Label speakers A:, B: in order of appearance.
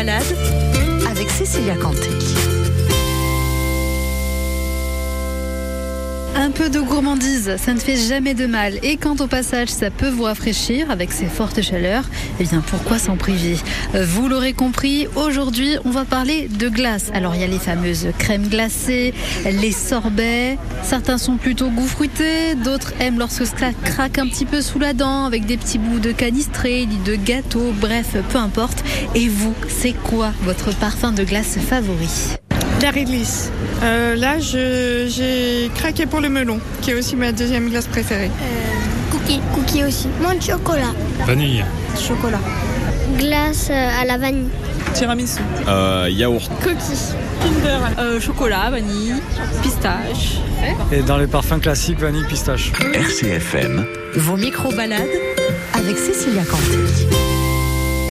A: balade avec Cécilia Canté.
B: Un peu de gourmandise, ça ne fait jamais de mal. Et quand au passage ça peut vous rafraîchir avec ces fortes chaleurs, eh bien pourquoi s'en priver Vous l'aurez compris, aujourd'hui on va parler de glace. Alors il y a les fameuses crèmes glacées, les sorbets. Certains sont plutôt goût fruité, d'autres aiment lorsque ça craque un petit peu sous la dent avec des petits bouts de canistré, de gâteau, bref, peu importe. Et vous, c'est quoi votre parfum de glace favori
C: La réglisse. Euh, là, je- j'ai craqué pour le melon, qui est aussi ma deuxième glace préférée.
D: Cookie. Cookie aussi. Moins de chocolat.
E: Vanille.
C: Chocolat.
D: Glace euh, à la vanille.
C: Tiramisu.
F: yaourt.
D: Cookie.
G: Euh, chocolat, vanille, pistache.
H: Et dans les parfums classiques, vanille, pistache.
F: RCFM.
A: Vos micro-balades avec Cécilia Canté.